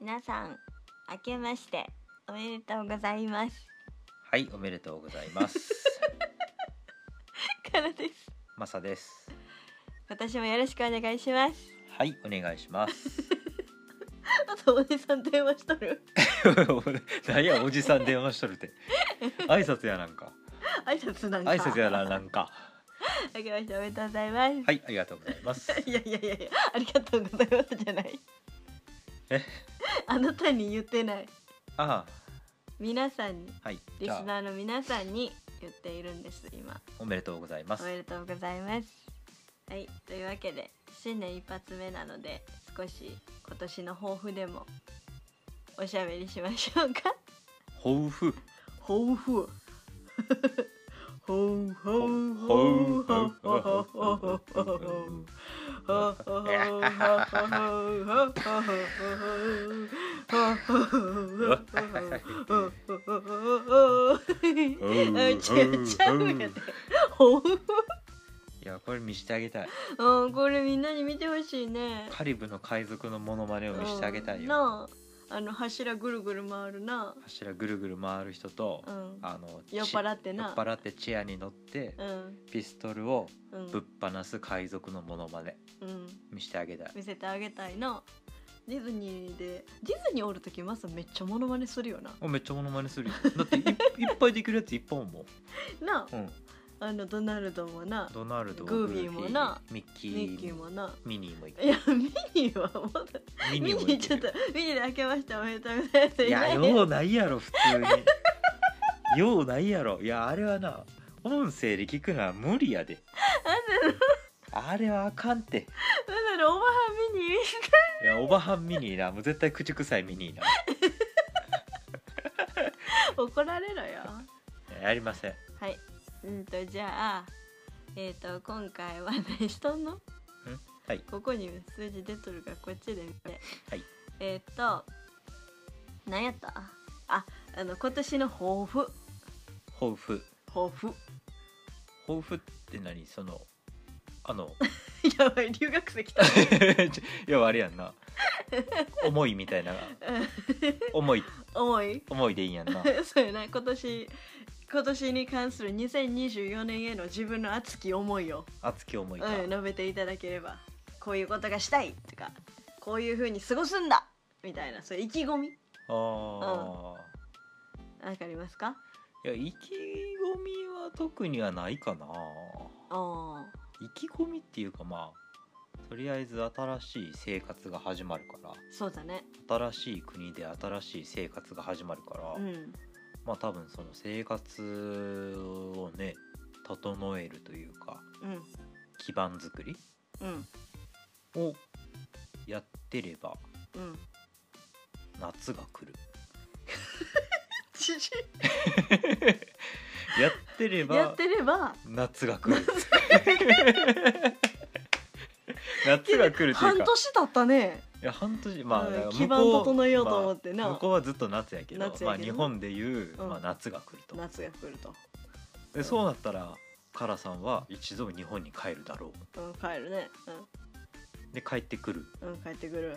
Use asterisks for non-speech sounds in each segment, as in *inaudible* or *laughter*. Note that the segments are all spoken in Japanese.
皆さん明けましておめでとうございますはい、おめでとうござい *laughs* ます。からですマサです。私もよろしくお願いしますはい、お願いします。あとおじさん電話しとる *laughs* 何や、おじさん電話しとる *laughs* って。挨拶やなんか。挨拶なんか挨拶やらなんか。明けましておめでとうございます、はい、ありがとうございます。い、やいやいやいやありがとうございますじゃないえあなたに言ってないあ皆さんにあ、はい。リじスゃあ、ナーの皆さんに言っているんです今おめでとうございまおす。めでとうございますはいというわけで新年一発目なので少し今年の抱負でもおしゃべりしましょうか抱負。抱負ほうほう抱負。いや、これ見してあげたい。うん、これみんなに見てほしいね。カリブの海賊のモノマネを見してあげたいうんよ。なあ、あの柱ぐるぐる回るな。柱ぐるぐる回る人とう。ん。あの。酔っ払ってな酔っ払ってチェアに乗って。うん。ピストルをうぶっん。放す海賊のモノマネうん。見してあげたい見せてあげたいな。ディズニーで、ディズニーおる時、マスめっちゃモノマネするよな。あめっちゃモノマネするよだってい *laughs* いっぱいできるやついっぱいおんもん、なうん、あ、あのドナルドもな。ドナルドグービーもなグーフィーミッキーミッキーもな。ミニ *laughs* ーもいいや、ミニーはまだ。ミミニニーもいーちょっと、ミニーで開けました。おめでとうござ *laughs* います。いやいようないやろ普通 *laughs* にようないやろいやあれはな音声で聞くのは無理やであれはあかんってなんだろう、おばはんミニー。 *laughs* いやおばはんミニーなもう絶対口臭いミニーな怒られろよ。やりませんはい。うんとじゃあえっ、と今回 *laughs* は何しとんの？はいここに数字出とるからこっちで見て。はい。えっ、と何やった？ああの今年の抱負抱負抱負。 *laughs* 抱負って何そのあのやばい留学生来た。 *laughs* いやあれやんな思いみたいな思い重い。 *laughs* 思いでいいやんなそうやな今年今年に関する2024年への自分の熱き思いを、熱き思いか、うん、述べていただければこういうことがしたいとかこういうふうに過ごすんだみたいなそういう意気込みああ、わかりますかいや意気込みは特にはないかなあ意気込みっていうかまあとりあえず新しい生活が始まるからそうだね新しい国で新しい生活が始まるから、うんまあ多分その生活をね整えるというかうん基盤作りうんをやってればうん夏が来るちちやってれ *laughs* やばってれば夏が来る夏が来るっていう *laughs* 半か年経ったねいや半年まあ、うんだから向こう基盤整えようと思ってなまあ向こうはずっと夏やけど夏やけどまあ、日本でいう、うんまあ、夏が来ると夏が来ると、でそうなったらカラさんは一度日本に帰るだろうん、帰るねうで帰ってくるうん、うん、帰ってくる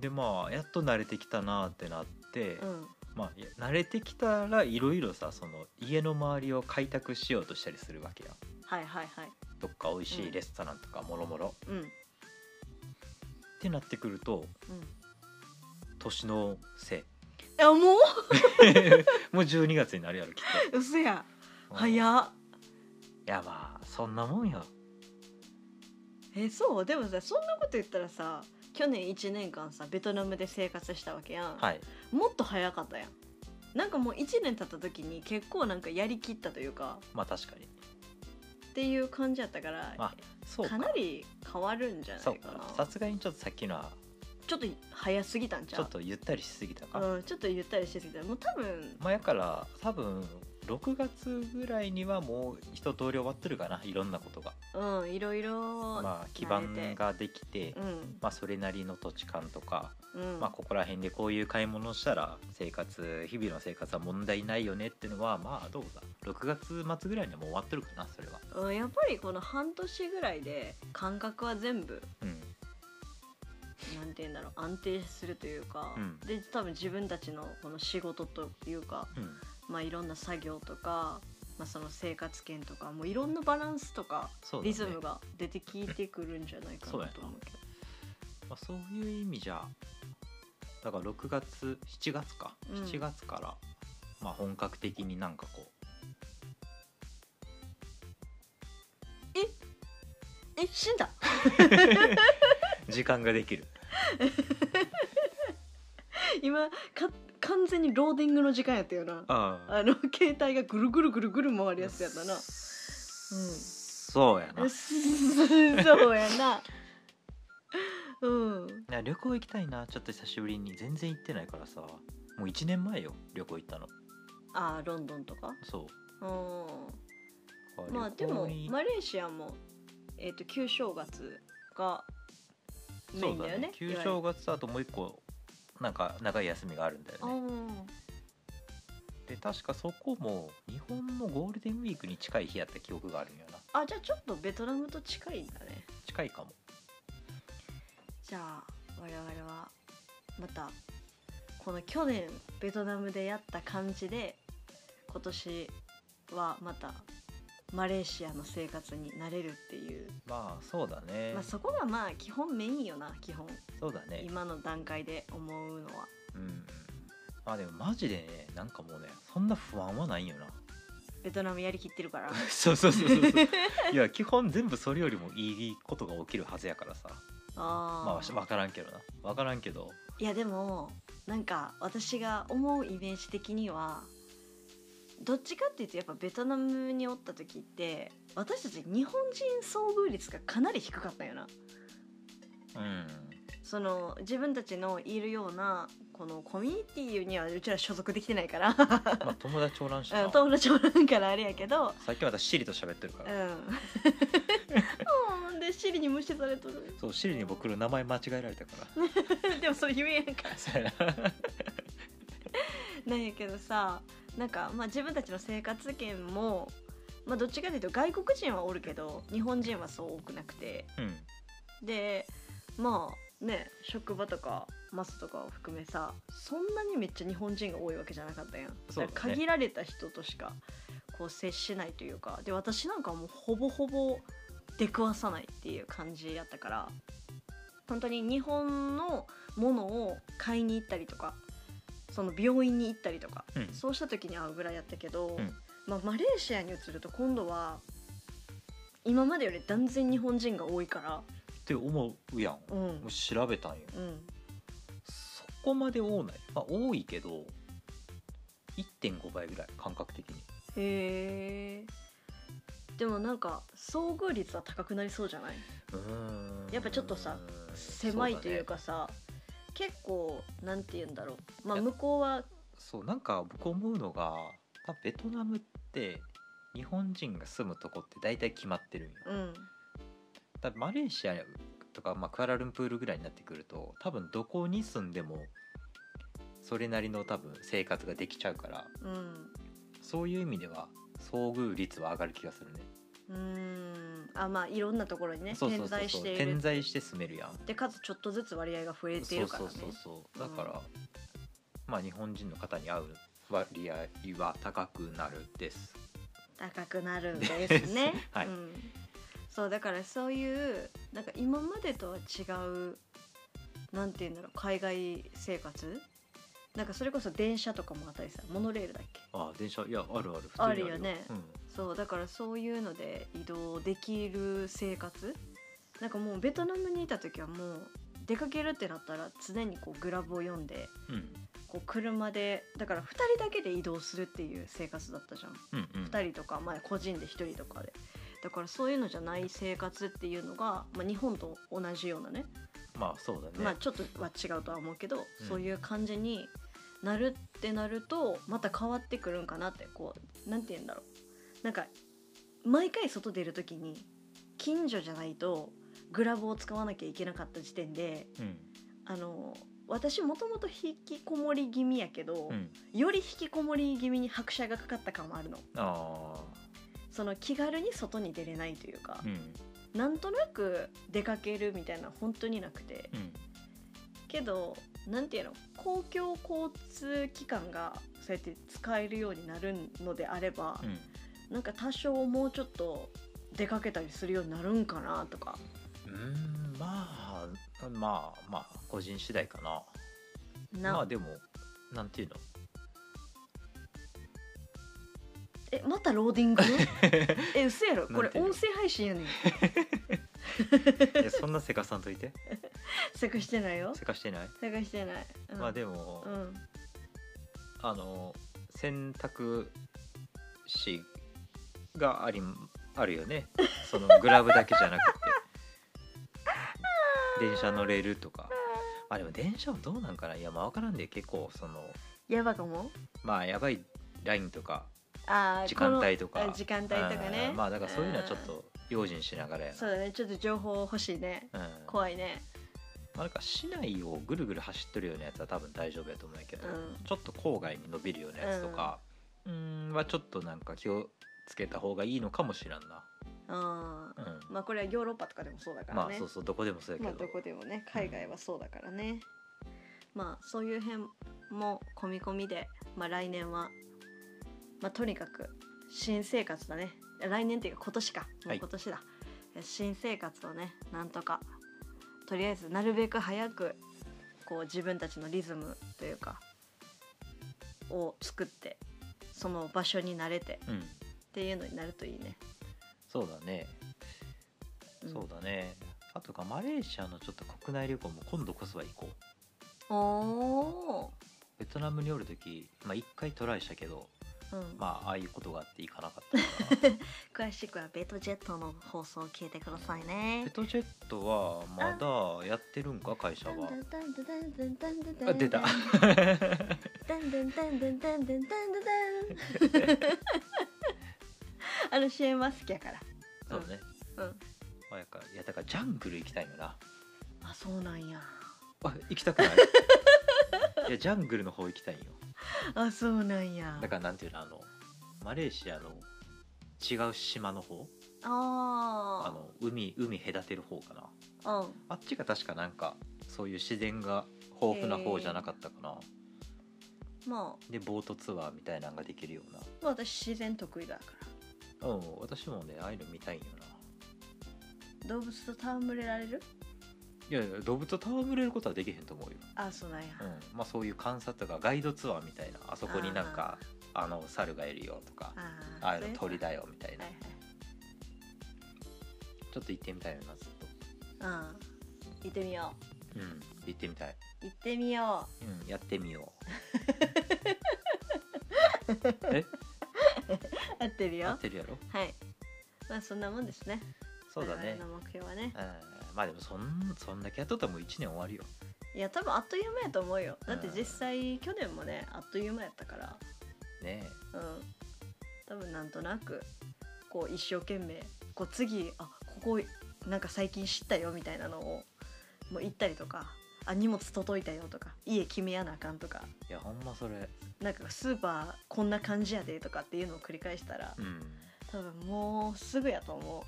でまあやっと慣れてきたなってなって、うんまあいや慣れてきたらいろいろさその家の周りを開拓しようとしたりするわけやはいはいはいどっか美味しういんレストランとかもろもろうんってなってくるとうん年のせいあも *laughs* もう12月になるやろきっう嘘やとい早っやまあそんなもんよえそうでもさそんなこと言ったらさ去年1年間さベトナムで生活したわけやん、はいもっと早かったやんなんかもう1年経った時に結構なんかやりきったというかまあ確かにっていう感じやったから、まあそうかかなり変わるんじゃないそうかなかさすがにちょっとさっきのはちょっと早すぎたんちちゃょうっとゆったりしすぎたか、うん、ちょっとゆったりしすぎたもう多分まあやから多分6月ぐらいにはもう一通り終わってるかないろんなことがうんいろいろ、まあ基慣れて盤ができてうんまあそれなりの土地勘とか、うん、まあ、ここら辺でこういう買い物をしたら生活日々の生活は問題ないよねっていうのはまあどうだ6月末ぐらいにはもう終わってるかなそれはうん、やっぱりこの半年ぐらいで感覚は全部うんなんて言 *laughs* うんだろう安定するというか、うんで多分自分たちのこの仕事というか、うんまあ、いろんな作業とか、まあ、その生活圏とかもういろんなバランスとか、そうだねリズムが出てきてくるんじゃないかなとそう思やうなけどまあ、そういう意味じゃだから6月7月か、うん7月から、まあ、本格的になんかこうえ死んだ時間ができる今か完全にローディングの時間やったよなあああの携帯がぐるぐるぐるぐる回るやつやったなそうやなういっす *laughs* そうやなうんや旅行行きたいなちょっと久しぶりに全然行ってないからさもう1年前よ旅行行ったのあーロンドンとかそううんあまあで旅行もにマレーシアもえっ、と旧正月がメインだよねそうだね旧正月とあともう一個なんか長い休みがあるんだよねあで確かそこも日本のゴールデンウィークに近い日やった記憶があるんよなあじゃあちょっとベトナムと近いんだね近いかもじゃあ我々はまたこの去年ベトナムでやった感じで今年はまたマレーシアの生活になれるっていう、まあそうだね、まあ、そこがまあ基本メインよな基本そうだね今の段階で思うのはうんまあでもマジでねなんかもうねそんな不安はないんよ *laughs* なベトナムやりきってるからそうそうそうそうそういや基本全部それよりもいいことが起きるはずやからさ *laughs* まああわしあ、分からんけどな分からんけどいやでもなんか私が思うイメージ的にはどっちかっていうとやっぱベトナムにおった時って私たち日本人遭遇率がかなり低かったよな *laughs* うんその自分たちのいるようなこのコミュニティにはうちら所属できてないからまあ友達おらんしうなん友達もなんからあれやけど最近私シリと喋ってる *laughs* かうら、んうんでシリに無視されとるそうシリに僕の名前間違えられたからでもそれ言えやんかそうや *laughs* なんやけどさなんか、まあ、自分たちの生活圏も、まあ、どっちかというと外国人はおるけど日本人はそう多くなくてな *laughs* うんでまあね職場とかマスとかを含めさそんなにめっちゃ日本人が多いわけじゃなかったやんそうだねから限られた人としかこう接しないというかで私なんかもうほぼほぼ出くわさないっていう感じやったから本当に日本のものを買いに行ったりとかその病院に行ったりとかうんそうした時に会うぐらいやったけど、うんまあ、マレーシアに移ると今度は今までより断然日本人が多いからって思うやんうんもう調べたんようんそこまで多ないまあ多いけど1.5倍ぐらい感覚的にへえでもなんか遭遇率は高くなりそうじゃないうーんやっぱちょっとさ狭いというかさ結構なんて言うんだろうまあいや向こうはそう,、なんか僕思うのが多分ベトナムって日本人が住むとこって大体決まってるんよ、うん多分マレーシアとか、まあ、クアラルンプールぐらいになってくると多分どこに住んでもそれなりの多分生活ができちゃうからうんそういう意味では遭遇率は上がる気がするねうーんあまあいろんなところにねそうそ点うそう在しそうてい点る在して住めるやんでかつちょっとずつ割合が増えていそうるからそうねそうそうだから、うまあ日本人の方に会う割合は高くなるです。高くなるんですねはいうん、そうだからそういうなんか今までとは違うなんて言うんだろう海外生活なんかそれこそ電車とかもあったりさモノレールだっけあ電車いやあるある普あるよねうん、そうだからそういうので移動できる生活なんかもうベトナムにいた時はもう出かけるってなったら常にこうグラブを読んでうんこう車でだから2人だけで移動するっていう生活だったじゃん。うんうん、 2人とか、まあ、個人で1人とかでだからそういうのじゃない生活っていうのが、まあ、日本と同じようなねまあそうだね、まあちょっとは違うとは思うけど、うんそういう感じになるってなるとまた変わってくるんかなってこうなんて言うんだろうなんか毎回外出る時に近所じゃないとグラブを使わなきゃいけなかった時点でうんあの私もともと引きこもり気味やけど、うん、より引きこもり気味に拍車がかかった感もあるの。あその気軽に外に出れないというかあう、んなんとなく出かけるみたいな本当になくてうんけどなんていうの公共交通機関がそうやって使えるようになるのであれば、うんなんか多少もうちょっと出かけたりするようになるんかなとかうーんまあまあまあ個人次第かなな、まあでもなんていうのえまたローディング *laughs* え嘘やろこなれんていうの音声配信 *laughs* やねんいやそんなせかさんといて *laughs* せかしてないよせかしてない、せかしてない、うん、まあでも、うんあの選択肢がありあるよねそ *laughs* のグラブだけじゃなくて電車乗れるとかまあでも電車もどうなんかないやまあ分からんで結構そのやばかもまあやばいラインとかあー時間帯ことのかあ時間帯とかねうんまあだからそういうのはちょっうんと用心しながらやなそうだねちょっと情報欲しいねうんま怖いねあ、なんか市内をぐるぐる走ってるようなやつは多分大丈夫やと思うんやけど、うんちょっと郊外に伸びるようなやつとかうーんはちょっとなんか気をつけた方がいいのかもしらんな、あーうんまあこれはヨーロッパとかでもそうだからまあねそうそうどこでもそうやけまあど,、どこでもね海外はそうだからね、まあそういう辺も込み込みで、まあ、来年は、まあ、とにかく新生活だね来年っていうか今年かもはうい今年だ、え新生活をねなんとかとりあえずなるべく早くこう自分たちのリズムというかを作ってその場所に慣れてうん、っていうのになるといいね。そうだね、そうだねあとかマレーシアのちょっと国内旅行も今度こそは行こうだ。おベトナムにおる時、まあ、1回トライしたけどーうんまあああいうことがあって行かなかったから詳しくはベトジェットの放送を聞いてくださいね *laughs* ペ。トジェットはまだやってるんか会社はああ出たあの CM は好きやから。そうね、うん。まあ、やっぱいやだからジャングル行きたいのなあそうなんや。あ行きたく *laughs* ないいやジャングルの方行きたいんよあそうなんや。だからなんていうのあのマレーシアの違う島の方ああの海海隔てる方かなあ。うん。あっちが確かなんかそういう自然が豊富な方じゃなかったかな、まあでボートツアーみたいなのができるようなまあ私自然得意だかうん私もねああいうの見たいんよなら。動物と戯れられる？いやいや動物と戯れることはできへんと思うよあそうなんや。うんまあ、そういう観察とかガイドツアーみたいなあそこになんかあの猿がいるよとかあああいうのそういう鳥のだよみたいな、はいはい。ちょっと行ってみたいよなずっと、うん。行ってみよう。うん、行ってみたい、行ってみようん、やってみようえう。合ってるよ。合はってるやろい。まあそんなもんですね。そうだね我々の目標はね。うんまあでもそんそんだけやっとったらもう1年終わるよいや多分あっという間やと思うよ。だってうん実際去年もねあっという間やったから。ねえうん。多分なんとなくこう一生懸命こう次あここなんか最近知ったよみたいなのをもう行ったりとか。あ荷物届いたよとか家決めやなあかんとかいやほんまそれなんかスーパーこんな感じやでとかっていうのを繰り返したらうん多分もうすぐやと思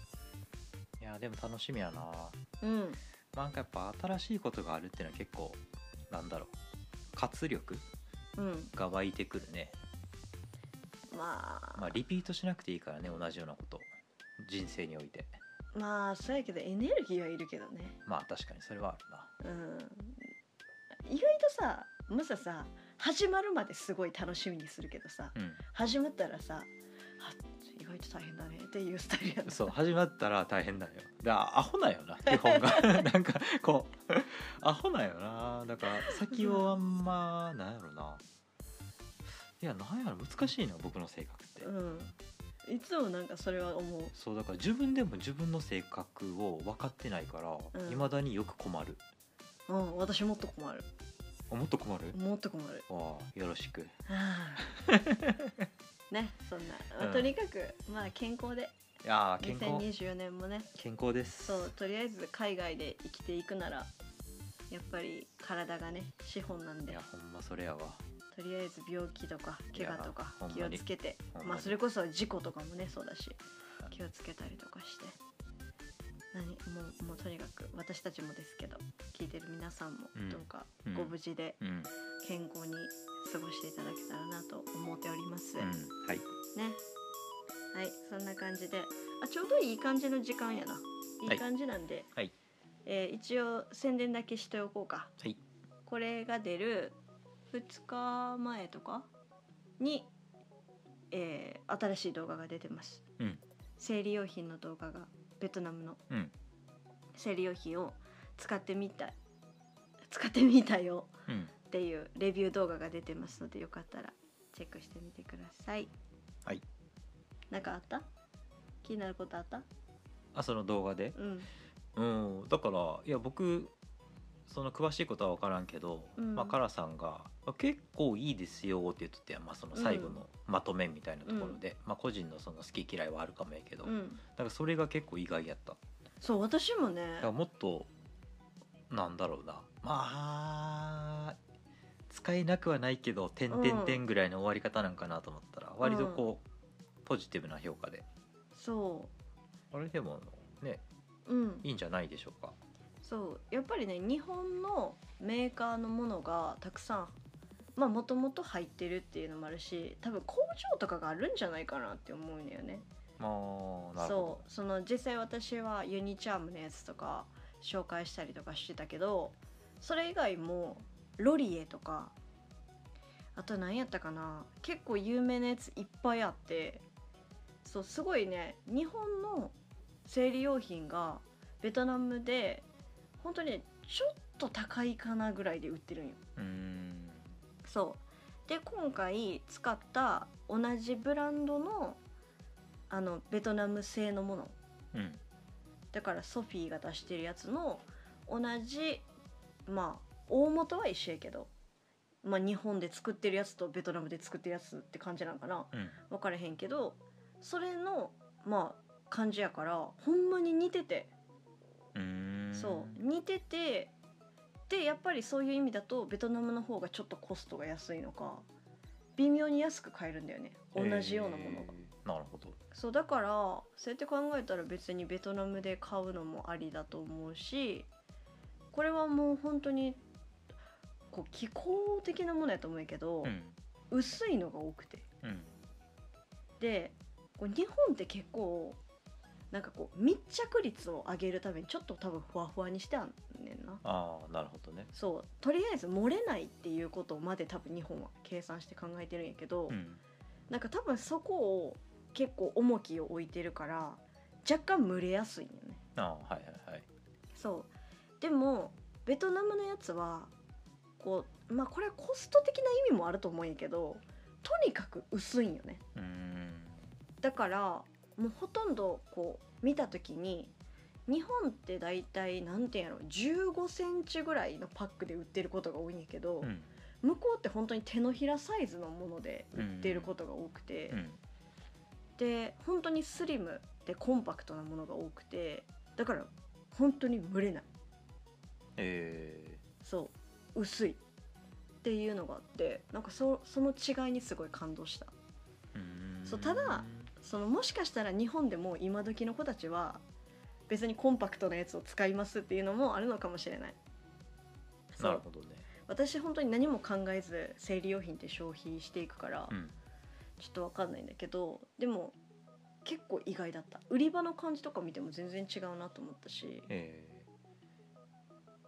いやでも楽しみやなううんなんかやっぱ新しいことがあるっていうのは結構なんだろう活力うんが湧いてくるねまあ、まあ、リピートしなくていいからね同じようなこと人生においてまあそうやけどエネルギーはいるけどねまあ確かにそれはあるうなん意外とさまささ始まるまですごい楽しみにするけどさ始まったらさあ意外と大変だねっていうスタイルやうんなそう始まったら大変だよであアホなんよな基本 *laughs* がなんかこうアホなんよなだから先をあんまなんやろないやなんやろ難しいな僕の性格って、うんいつもなんかそれは思うそうだから自分でも自分の性格を分かってないからうんいま、未だによく困るうん私もっと困るあもっと困る、もっと困るわあよろしくはあねそんな、まあうんとにかくまあ健康でいやあ健康2024年もね健康ですそうとりあえず海外で生きていくならやっぱり体がね資本なんいでやほんまそれやわとりあえず病気とかい怪や我とかほんま気をにつけてほんままにあそれこそ事故とかもねそうだしうん気をつけたりとかして何もうもうとにかく私たちもですけど聞いてる皆さんもうんどうかうんご無事でうん、うん、健康に過ごしていただけたらなと思っております、ねははい、いそんな感じであちょうどいい感じの時間やないはいい感じなんで、はいえー一応宣伝だけしておこうかはい、これが出る2日前とかに、えー新しい動画が出てます、うん生理用品の動画がベトナムのうん生理用品を使ってみたい使ってみたようん、っていうレビュー動画が出てますのでよかったらチェックしてみてくださいはいなんかあった気になることあったあその動画でうんうんだからいや僕その詳しいことは分からんけど、うんまあ、カラさんがまあ「結構いいですよ」って言ってたやん、まあ、その最後のまとめみたいなところで、まあ、個人のその好き嫌いはあるかもやけど、うんなんかそれが結構意外やっただそう私もねからもっとなんだろうなまあ使えなくはないけど「点々点」ぐらいの終わり方なんかなと思ったら、割とこうポジティブな評価でそあれでもねううんいいんじゃないでしょうか。そうやっぱりね日本のメーカーのものがたくさんまあもともと入ってるっていうのもあるし多分工場とかがあるんじゃないかなって思うんだよね。まあなるほそうその実際私はユニチャームのやつとか紹介したりとかしてたけどそれ以外もロリエとかあと何やったかな結構有名なやついっぱいあってそうすごいね日本の生理用品がベトナムで本当にねちょっと高いかなぐらいで売ってるんよ。ど。うーんそうで今回使った同じブランドのあのベトナム製のものうんだからソフィーが出してるやつの同じまあ大元は一緒やけど、まあ、日本で作ってるやつとベトナムで作ってるやつって感じなんかなうん分からへんけどそれのまあ感じやからほんまに似ててうーんそう似ててでやっぱりそういう意味だとベトナムの方がちょっとコストが安いのか微妙に安く買えるんだよね同じようなものが、えーなるほどそうだからそうやって考えたら別にベトナムで買うのもありだと思うしこれはもう本当にこう気候的なものやと思うけど、うん薄いのが多くてうんでこう日本って結構なんかこう密着率を上げるためにちょっと多分ふわふわにしてあんねんなああなるほどねそうとりあえず漏れないっていうことまで多分日本は計算して考えてるんやけど、うんなんか多分そこを結構重きを置いてるから若干蒸れやすいんよねああはいはいはいそうでもベトナムのやつはこうまあこれはコスト的な意味もあると思うんやけどとにかく薄いんよねうーんだからもうほとんどこう見た時に日本って大体なんていうんやろ1 5センチぐらいのパックで売ってることが多いんやけど、うん向こうって本当に手のひらサイズのもので売ってることが多くて、うんで本当にスリムでコンパクトなものが多くてだから本当に蒸れないえそう薄いっていうのがあってなんかそその違いにすごい感動したーうーんそうただそのもしかしたら日本でも今時の子たちは別にコンパクトなやつを使いますっていうのもあるのかもしれないそなるうほどね私本当に何も考えず生理用品って消費していくから、うんちょっとわかんないんだけどでも結構意外だった売り場の感じとか見ても全然違うなと思ったしえ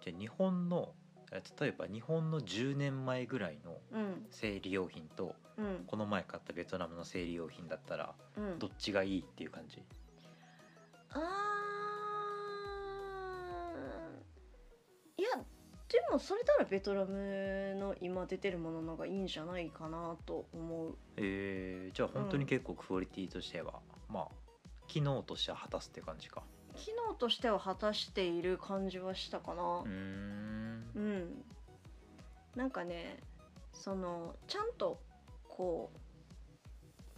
ーじゃあ日本のえ例えば日本の10年前ぐらいのうん生理用品とうんこの前買ったベトナムの生理用品だったらうんどっちがいいっていう感じあーいやでもそれならベトナムの今出てるものの方がいいんじゃないかなと思うえー、じゃあ本当に結構クオリティとしては、まあ機能としては果たすって感じか機能としては果たしている感じはしたかなうーんうん、なんかねそのちゃんとこ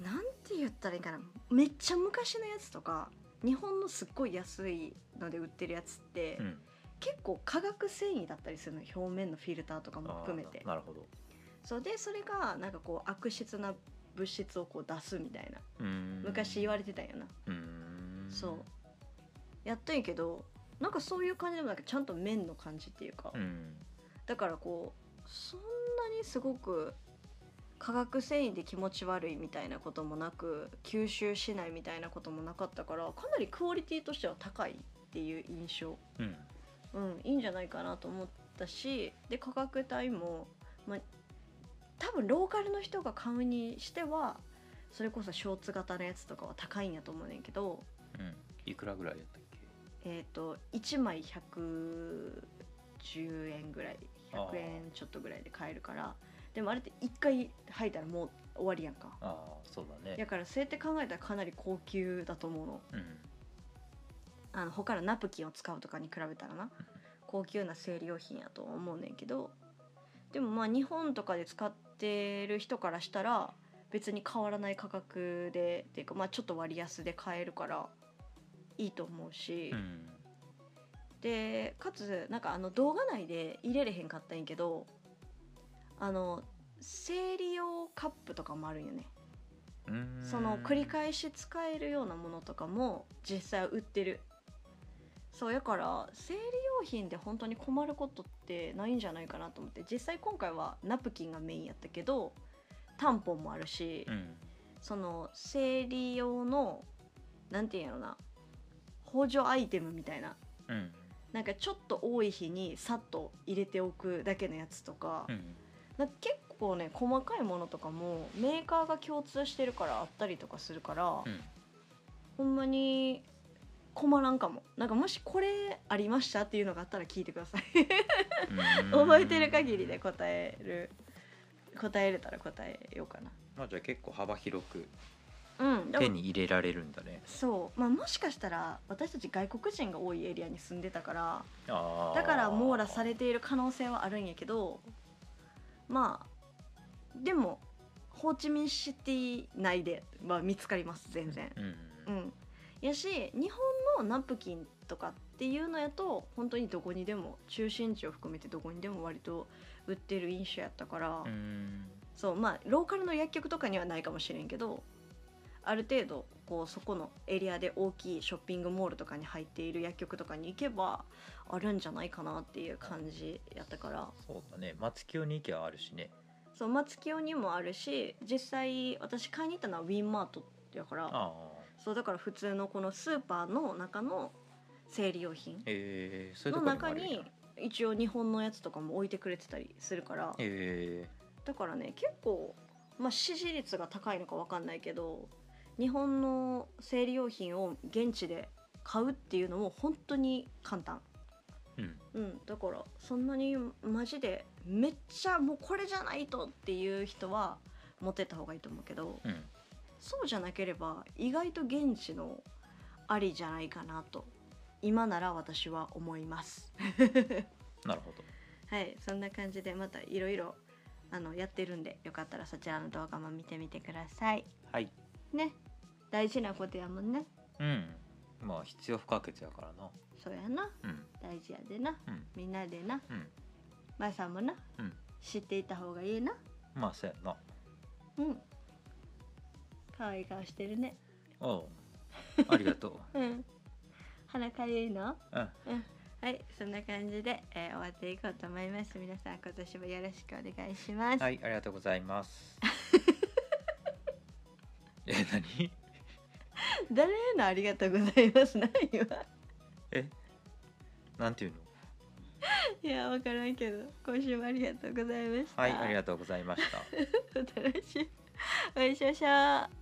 うなんて言ったらいいかなめっちゃ昔のやつとか日本のすっごい安いので売ってるやつって、うん結構化学繊維だったりするの表面のフィルターとかも含めてあーなるほどそうでそれがなんかこう悪質な物質をこう出すみたいなうーん昔言われてたよな、うーんそうやったんやけどなんかそういう感じでもなくちゃんと麺の感じっていうか、うんだからこうそんなにすごく化学繊維で気持ち悪いみたいなこともなく吸収しないみたいなこともなかったからかなりクオリティとしては高いっていう印象、うんうん、いいんじゃないかなと思ったしで価格帯も、まあ、多分ローカルの人が買うにしてはそれこそショーツ型のやつとかは高いんやと思うねんけど、うんいくらぐらいやったっけえー、と1枚110円ぐらいあー100円ちょっとぐらいで買えるからでもあれって1回履いたらもう終わりやんかああそうだだねからそうやって考えたらかなり高級だと思うのうんあの他のナプキンを使うとかに比べたらな高級な生理用品やとは思うねんけどでもまあ日本とかで使ってる人からしたら別に変わらない価格でっていうかまあちょっと割安で買えるからいいと思うし、うんでかつなんかあの動画内で入れれへんかったんやけどあの生理用カップとかもあるんよねうーんその繰り返し使えるようなものとかも実際売ってるそうやから生理用品で本当に困ることってないんじゃないかなと思って実際今回はナプキンがメインやったけどタンポンもあるし、うんその生理用のなんていうんやろな補助アイテムみたいなうんなんかちょっと多い日にさっと入れておくだけのやつとか,、うんなんか結構ね細かいものとかもメーカーが共通してるからあったりとかするから、うんほんまに困らんかもなんかもしこれありましたっていうのがあったら聞いてくださいうん *laughs* 覚えてる限りで答える答えれたら答えようかなまあじゃあ結構幅広くうんで手もに入れられるんだねそうまあもしかしたら私たち外国人が多いエリアに住んでたからあだから網羅されれている可能性はあるんやけどまあでもホーチミンシティ内では見つかります全然。うんうん、やし日本のナプキンとかっていうのやと本当にどこにでも中心地を含めてどこにでも割と売ってる印象やったから、うんそうまあローカルの薬局とかにはないかもしれんけどある程度こうそこのエリアで大きいショッピングモールとかに入っている薬局とかに行けばあるんじゃないかなっていう感じやったからそうだね松清に行けばあるしねそう松清にもあるし実際私買いに行ったのはウィンマートやからああそうだから普通のこのスーパーの中の生理用品えー、そういうのとこにもあ中るんやに一応日本のやつとかも置いてくれてたりするからえだからね結構、まあ、支持率が高いのかわかんないけど日本の生理用品を現地で買うっていうのも本当に簡単、ー、うんうん、だからそんなにマジでめっちゃもうこれじゃないとっていう人は持ってった方がいいと思うけどうんそうじゃなければ意外と現地のありじゃないかなと今なら私は思います。 *laughs* なるほどはい、そんな感じでまたいろいろあのやってるんでよかったらそちらの動画も見てみてください。はいね、大事なことやもんね。うんまあ必要不可欠やからなそうやな、うん大事やでな、うんみんなでな、うんまあさんもな、うん知っていた方がいいな。まあそうやなうん。可愛い顔してるね。 *laughs* おうありがとううん。鼻かゆいの？うんうん。はい、そんな感じで、えー終わっていこうと思います。皆さん今年もよろしくお願いします。はいありがとうございます *laughs* え何誰へのありがとうございます *laughs* ないわ。えなんていうのいや、わからんけど、今週もありがとうございました。 *laughs* はいありがとうございましたまた来週お会いしましょう。